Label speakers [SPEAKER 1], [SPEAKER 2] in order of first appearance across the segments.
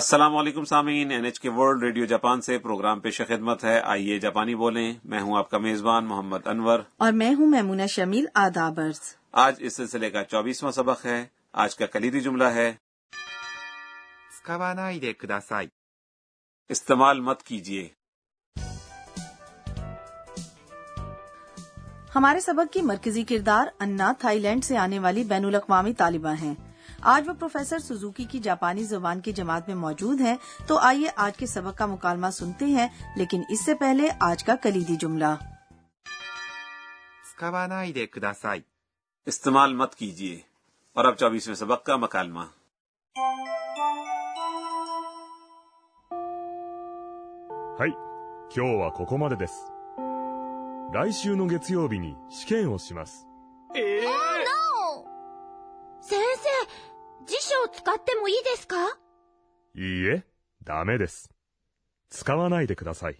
[SPEAKER 1] السلام علیکم سامعین N H K world radio Japan سے پروگرام پیش خدمت ہے آئیے جاپانی بولیں میں ہوں آپ کا میزبان محمد انور
[SPEAKER 2] اور میں ہوں میمونہ شمیل آدابرز
[SPEAKER 1] آج اس سلسلے کا چوبیسواں سبق ہے آج کا کلیدی جملہ ہے
[SPEAKER 3] 使わないでください。
[SPEAKER 1] استعمال مت کیجیے
[SPEAKER 2] ہمارے سبق کی مرکزی کردار انا تھائی لینڈ سے آنے والی بین الاقوامی طالبہ ہیں آج وہ پروفیسر سوزوکی کی جاپانی زبان کی جماعت میں موجود ہیں تو آئیے آج کے سبق کا مکالمہ سنتے ہیں لیکن اس سے پہلے آج کا کلیدی جملہ
[SPEAKER 3] 使わないでください。
[SPEAKER 1] استعمال مت کیجیے اور اب چوبیسویں سبق کا مکالمہ
[SPEAKER 4] はい、今日はここまでです。来週の月曜日に試験をします。
[SPEAKER 5] 先生、辞書を使ってもいいですか
[SPEAKER 4] いいえ、ダメです。使わないでください。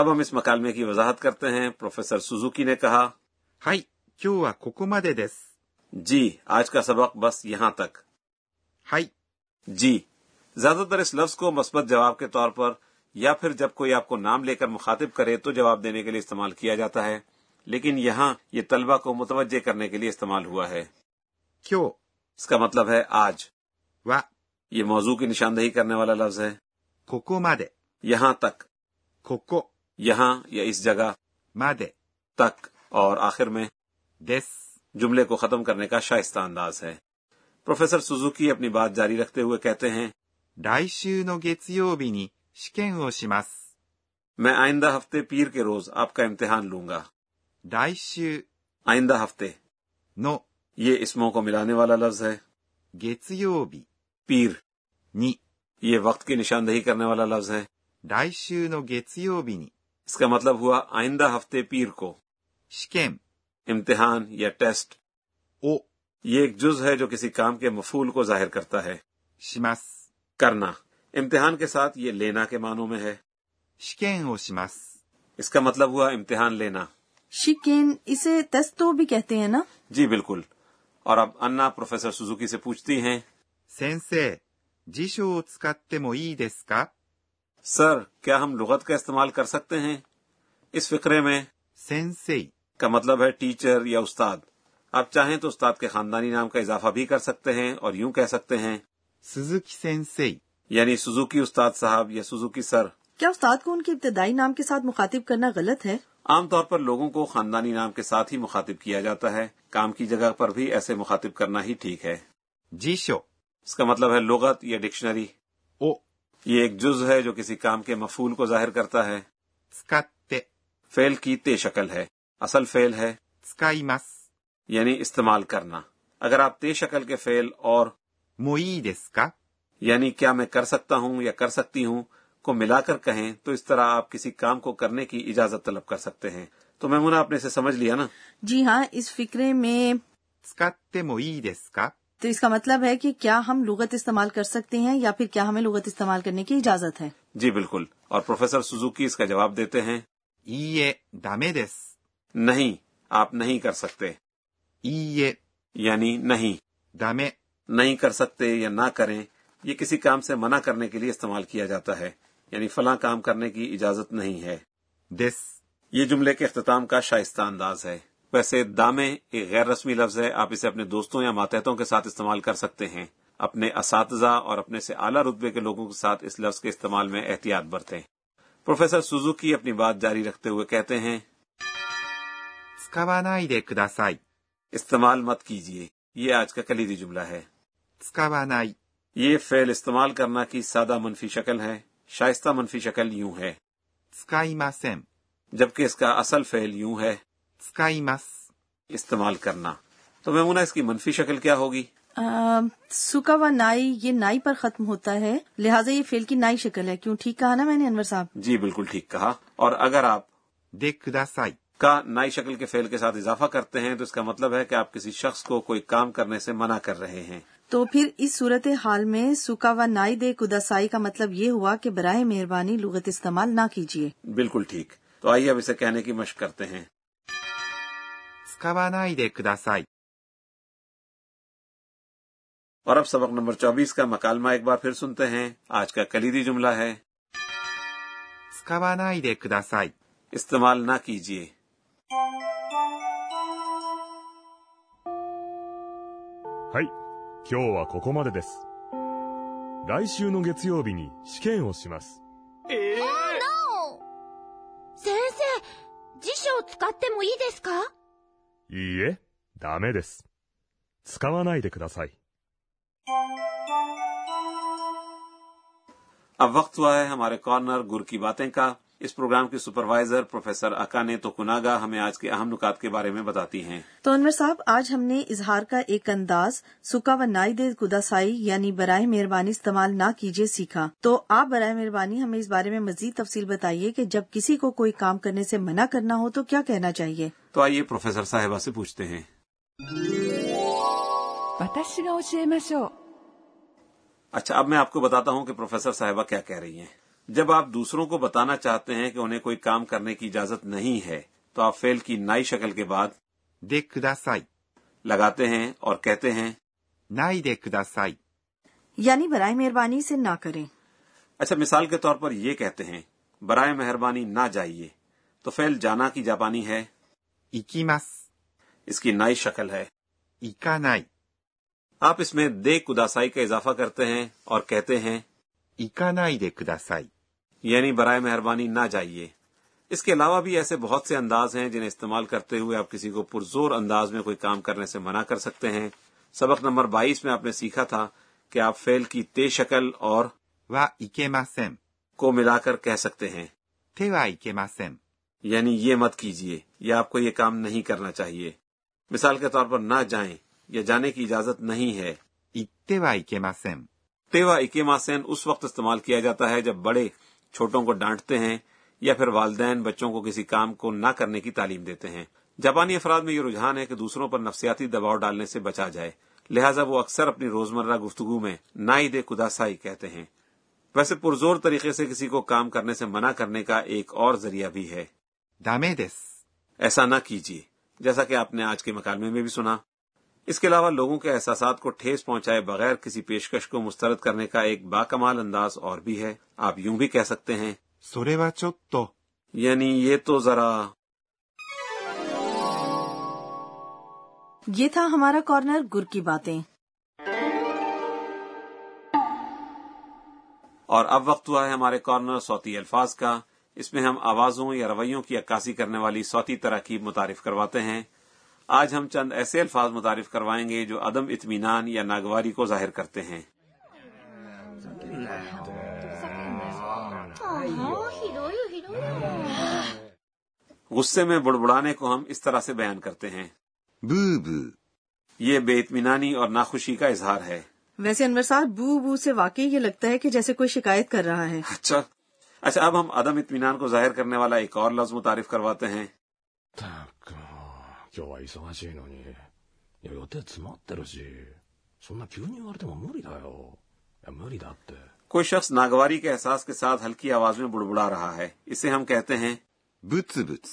[SPEAKER 1] اب ہم اس مکالمے کی وضاحت کرتے ہیں پروفیسر سوزوکی نے کہا
[SPEAKER 3] はい、今日はここまでです。
[SPEAKER 1] جی آج کا سبق بس یہاں تک
[SPEAKER 3] はい、
[SPEAKER 1] جی زیادہ تر اس لفظ کو مثبت جواب کے طور پر یا پھر جب کوئی آپ کو نام لے کر مخاطب کرے تو جواب دینے کے لیے استعمال کیا جاتا ہے لیکن یہاں یہ طلبہ کو متوجہ کرنے کے لیے استعمال ہوا ہے
[SPEAKER 3] 今
[SPEAKER 1] اس کا مطلب ہے آج
[SPEAKER 3] 日は
[SPEAKER 1] یہ موضوع کی نشاندہی کرنے والا لفظ ہے
[SPEAKER 3] ここまで、
[SPEAKER 1] یہاں تک
[SPEAKER 3] ここ
[SPEAKER 1] یہاں یا اس جگہ
[SPEAKER 3] まで
[SPEAKER 1] تک اور آخر میں
[SPEAKER 3] です。
[SPEAKER 1] جملے کو ختم کرنے کا شائستہ انداز ہے پروفیسر سوزوکی اپنی بات جاری رکھتے ہوئے کہتے ہیں
[SPEAKER 3] 来週の月曜日に試験をします。
[SPEAKER 1] میں آئندہ ہفتے پیر کے روز آپ کا امتحان لوں گا
[SPEAKER 3] 来週
[SPEAKER 1] آئندہ ہفتے
[SPEAKER 3] の
[SPEAKER 1] یہ اسموں کو ملانے والا لفظ ہے
[SPEAKER 3] 月曜日
[SPEAKER 1] پیر
[SPEAKER 3] に、
[SPEAKER 1] یہ وقت کی نشاندہی کرنے والا لفظ ہے
[SPEAKER 3] 来週の月曜日に
[SPEAKER 1] اس کا مطلب ہوا آئندہ ہفتے پیر کو
[SPEAKER 3] 試験
[SPEAKER 1] امتحان یا ٹیسٹ
[SPEAKER 3] を
[SPEAKER 1] یہ ایک جز ہے جو کسی کام کے مفول کو ظاہر کرتا ہے
[SPEAKER 3] します。
[SPEAKER 1] کرنا امتحان کے ساتھ یہ لینا کے معنوں میں ہے
[SPEAKER 3] 試験をします。
[SPEAKER 1] اس کا مطلب ہوا امتحان لینا
[SPEAKER 2] شکین اسے تستو بھی کہتے ہیں نا
[SPEAKER 1] جی بالکل اور اب انا پروفیسر سوزوکی سے پوچھتی ہیں
[SPEAKER 3] 先生、辞書を使ってもいいですか
[SPEAKER 1] سر کیا ہم لغت کا استعمال کر سکتے ہیں اس فقرے میں
[SPEAKER 3] 先生、
[SPEAKER 1] کا مطلب ہے ٹیچر یا استاد آپ چاہیں تو استاد کے خاندانی نام کا اضافہ بھی کر سکتے ہیں اور یوں کہہ سکتے ہیں
[SPEAKER 3] 鈴木先生、
[SPEAKER 1] یعنی سوزوکی استاد صاحب یا سوزوکی سر
[SPEAKER 2] کیا استاد کو ان کے ابتدائی نام کے ساتھ مخاطب کرنا غلط ہے
[SPEAKER 1] عام طور پر لوگوں کو خاندانی نام کے ساتھ ہی مخاطب کیا جاتا ہے کام کی جگہ پر بھی ایسے مخاطب کرنا ہی ٹھیک ہے
[SPEAKER 3] 辞書
[SPEAKER 1] اس کا مطلب ہے لغت یا ڈکشنری
[SPEAKER 3] を
[SPEAKER 1] یہ ایک جز ہے جو کسی کام کے مفول کو ظاہر کرتا ہے
[SPEAKER 3] 使って、
[SPEAKER 1] فعل کی تے شکل ہے اصل فعل ہے
[SPEAKER 3] 使います。
[SPEAKER 1] یعنی استعمال کرنا اگر آپ تے شکل کے فعل اور
[SPEAKER 3] もういいですか
[SPEAKER 1] یعنی کیا میں کر سکتا ہوں یا کر سکتی ہوں کو ملا کر کہیں تو اس طرح آپ کسی کام کو کرنے کی اجازت طلب کر سکتے ہیں تو میمونہ آپ نے اسے سمجھ لیا نا
[SPEAKER 2] جی ہاں اس فکرے میں
[SPEAKER 3] 使ってもいいですか
[SPEAKER 2] تو اس کا مطلب ہے کہ کیا ہم لغت استعمال کر سکتے ہیں یا پھر کیا ہمیں لغت استعمال کرنے کی اجازت ہے
[SPEAKER 1] جی بالکل اور پروفیسر سوزوکی اس کا جواب دیتے ہیں
[SPEAKER 3] いいえ、ダメです。
[SPEAKER 1] نہیں آپ نہیں کر سکتے
[SPEAKER 3] いいえ、
[SPEAKER 1] یعنی نہیں
[SPEAKER 3] ダメ、
[SPEAKER 1] نہیں کر سکتے یا نہ کریں یہ کسی کام سے منع کرنے کے لیے استعمال کیا جاتا ہے یعنی فلاں کام کرنے کی اجازت نہیں ہے
[SPEAKER 3] です。
[SPEAKER 1] یہ جملے کے اختتام کا شائستہ انداز ہے ویسے دامے ایک غیر رسمی لفظ ہے آپ اسے اپنے دوستوں یا ماتحتوں کے ساتھ استعمال کر سکتے ہیں اپنے اساتذہ اور اپنے سے اعلیٰ رتبے کے لوگوں کے ساتھ اس لفظ کے استعمال میں احتیاط برتیں پروفیسر سوزوکی اپنی بات جاری رکھتے ہوئے کہتے ہیں
[SPEAKER 3] 使わないでください。
[SPEAKER 1] استعمال مت کیجیے یہ آج کا کلیدی جملہ ہے
[SPEAKER 3] 使わない、
[SPEAKER 1] یہ فعل استعمال کرنا کی سادہ منفی شکل ہے شائستہ منفی شکل یوں ہے
[SPEAKER 3] 使いません。
[SPEAKER 1] جبکہ اس کا اصل فعل یوں ہے
[SPEAKER 3] 使います。
[SPEAKER 1] استعمال کرنا تو میمونہ اس کی منفی شکل کیا ہوگی
[SPEAKER 2] سکا و نائی یہ نائی پر ختم ہوتا ہے لہٰذا یہ فیل کی نائی شکل ہے کیوں ٹھیک کہا نا میں نے انور صاحب
[SPEAKER 1] جی بالکل ٹھیک کہا اور اگر آپ
[SPEAKER 3] でください。
[SPEAKER 1] کا نئی شکل کے فعل کے ساتھ اضافہ کرتے ہیں تو اس کا مطلب ہے کہ آپ کسی شخص کو کوئی کام کرنے سے منع کر رہے ہیں
[SPEAKER 2] تو پھر اس صورت حال میں سکا و نائی دے کداسائی کا مطلب یہ ہوا کہ براہ مہربانی لغت استعمال نہ کیجیے
[SPEAKER 1] بالکل ٹھیک تو آئیے اب اسے کہنے کی مشق کرتے ہیں
[SPEAKER 3] 使わないでください。
[SPEAKER 1] اور اب سبق نمبر چوبیس کا مکالمہ ایک بار پھر سنتے ہیں آج کا کلیدی جملہ ہے
[SPEAKER 3] 使わないでください。
[SPEAKER 1] استعمال نہ کیجیے
[SPEAKER 4] はい、今日はここまでです。来週の月曜日に試験をします。
[SPEAKER 5] 先生、辞書を使ってもいいですか
[SPEAKER 4] いいえ、ダメです。使わないでください。
[SPEAKER 1] اب وقت ہوا ہے ہمارے کارنر گر کی باتیں کا اس پروگرام کی سپروائزر پروفیسر اکا نے تو کناگا ہمیں آج کے اہم نکات کے بارے میں بتاتی ہیں
[SPEAKER 2] تو انور صاحب آج ہم نے اظہار کا ایک انداز سکا و نائی دے گداسائی یعنی برائے مہربانی استعمال نہ کیجیے سیکھا تو آپ برائے مہربانی ہمیں اس بارے میں مزید تفصیل بتائیے کہ جب کسی کو کوئی کام کرنے سے منع کرنا ہو تو کیا کہنا چاہیے
[SPEAKER 1] تو آئیے پروفیسر صاحبہ سے پوچھتے ہیں
[SPEAKER 6] 私が教えましょう
[SPEAKER 1] اچھا اب میں آپ کو بتاتا ہوں کہ پروفیسر صاحبہ کیا کہہ رہی ہیں جب آپ دوسروں کو بتانا چاہتے ہیں کہ انہیں کوئی کام کرنے کی اجازت نہیں ہے تو آپ فیل کی نئی شکل کے بعد
[SPEAKER 3] でください。
[SPEAKER 1] لگاتے ہیں اور کہتے ہیں
[SPEAKER 3] ないでください。
[SPEAKER 2] یعنی برائے مہربانی سے نہ کریں
[SPEAKER 1] اچھا مثال کے طور پر یہ کہتے ہیں برائے مہربانی نہ جائیے تو فیل جانا کی جاپانی ہے
[SPEAKER 3] 行きます。
[SPEAKER 1] اس کی نئی شکل ہے
[SPEAKER 3] 行かない。
[SPEAKER 1] آپ اس میں دے کداسائی کا اضافہ کرتے ہیں اور کہتے ہیں
[SPEAKER 3] 行かないでください。
[SPEAKER 1] یعنی برائے مہربانی نہ جائیے اس کے علاوہ بھی ایسے بہت سے انداز ہیں جنہیں استعمال کرتے ہوئے آپ کسی کو پرزور انداز میں کوئی کام کرنے سے منع کر سکتے ہیں سبق نمبر بائیس میں آپ نے سیکھا تھا کہ آپ فیل کی تے شکل اور
[SPEAKER 3] はいけません。
[SPEAKER 1] کو ملا کر کہہ سکتے ہیں
[SPEAKER 3] 手はいけません。
[SPEAKER 1] یعنی یہ مت کیجیے یا آپ کو یہ کام نہیں کرنا چاہیے مثال کے طور پر نہ جائیں یا جانے کی اجازت نہیں ہے
[SPEAKER 3] 行ってはいけません。
[SPEAKER 1] تیوا اکیما سین اس وقت استعمال کیا جاتا ہے جب بڑے چھوٹوں کو ڈانٹتے ہیں یا پھر والدین بچوں کو کسی کام کو نہ کرنے کی تعلیم دیتے ہیں جاپانی افراد میں یہ رجحان ہے کہ دوسروں پر نفسیاتی دباؤ ڈالنے سے بچا جائے لہٰذا وہ اکثر اپنی روزمرہ گفتگو میں نائی دے کداسائی کہتے ہیں ویسے پرزور طریقے سے کسی کو کام کرنے سے منع کرنے کا ایک اور ذریعہ بھی ہے
[SPEAKER 3] ダメです。
[SPEAKER 1] ایسا نہ کیجیے جیسا کہ آپ نے آج کے مکالمے میں بھی سنا اس کے علاوہ لوگوں کے احساسات کو ٹھیس پہنچائے بغیر کسی پیشکش کو مسترد کرنے کا ایک باکمال انداز اور بھی ہے آپ یوں بھی کہہ سکتے ہیں
[SPEAKER 3] それはちょっと。
[SPEAKER 1] یعنی یہ تو ذرا
[SPEAKER 2] یہ تھا ہمارا کارنر گر کی باتیں
[SPEAKER 1] اور اب وقت ہوا ہے ہمارے کارنر صوتی الفاظ کا اس میں ہم آوازوں یا رویوں کی عکاسی کرنے والی صوتی تراکیب متعارف کرواتے ہیں آج ہم چند ایسے الفاظ متعارف کروائیں گے جو عدم اطمینان یا ناگواری کو ظاہر کرتے ہیں
[SPEAKER 5] 広い広い。
[SPEAKER 1] غصے میں بڑبڑانے کو ہم اس طرح سے بیان کرتے ہیں
[SPEAKER 3] ブーブー。
[SPEAKER 1] یہ بے اطمینانی اور ناخوشی کا اظہار ہے
[SPEAKER 2] ویسے انور صاحب بو بو سے واقعی یہ لگتا ہے کہ جیسے کوئی شکایت کر رہا ہے
[SPEAKER 1] اچھا اچھا اب ہم عدم اطمینان کو ظاہر کرنے والا ایک اور لفظ متعارف کرواتے ہیں
[SPEAKER 7] たくん、今日は忙しいのに。いや、予定詰まってるし。そんな急に言われても無理だよ。いや、無理だって。
[SPEAKER 1] کوئی شخص ناگواری کے احساس کے ساتھ ہلکی آواز میں بڑبڑا رہا ہے اسے ہم کہتے ہیں
[SPEAKER 3] ブツブツ。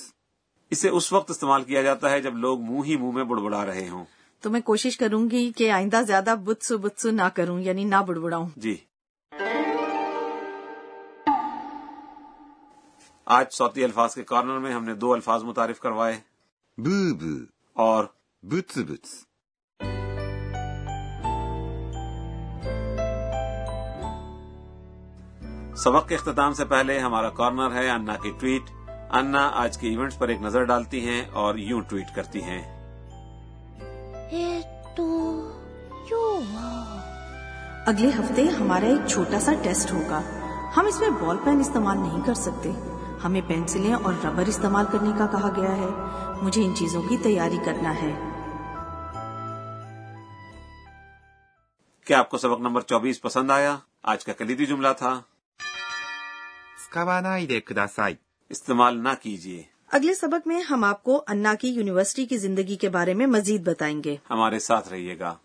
[SPEAKER 1] اسے اس وقت استعمال کیا جاتا ہے جب لوگ منہ ہی منہ میں بڑبڑا رہے ہوں
[SPEAKER 2] تو میں کوشش کروں گی کہ آئندہ زیادہ بتسو بتسو نہ کروں یعنی نہ بڑبڑاؤں
[SPEAKER 1] جی آج صوتی الفاظ کے کارنر میں ہم نے دو الفاظ متعارف کروائے
[SPEAKER 3] ブーブー。
[SPEAKER 1] اور
[SPEAKER 3] ブツブツ。
[SPEAKER 1] سبق کے اختتام سے پہلے ہمارا کارنر ہے انا کی ٹویٹ انا آج کے ایونٹس پر ایک نظر ڈالتی ہیں اور یوں ٹویٹ کرتی ہیں
[SPEAKER 5] えーっと、今日は、
[SPEAKER 2] اگلے ہفتے ہمارا ایک چھوٹا سا ٹیسٹ ہوگا ہم اس میں بال پین استعمال نہیں کر سکتے ہمیں پینسلیں اور ربر استعمال کرنے کا کہا گیا ہے مجھے ان چیزوں کی تیاری کرنا ہے
[SPEAKER 1] کیا آپ کو سبق نمبر چوبیس پسند آیا آج کا کلیدی جملہ تھا
[SPEAKER 3] 使わないでください。
[SPEAKER 1] استعمال نہ کیجیے
[SPEAKER 2] اگلے سبق میں ہم آپ کو انا کی یونیورسٹی کی زندگی کے بارے میں مزید بتائیں گے
[SPEAKER 1] ہمارے ساتھ رہیے گا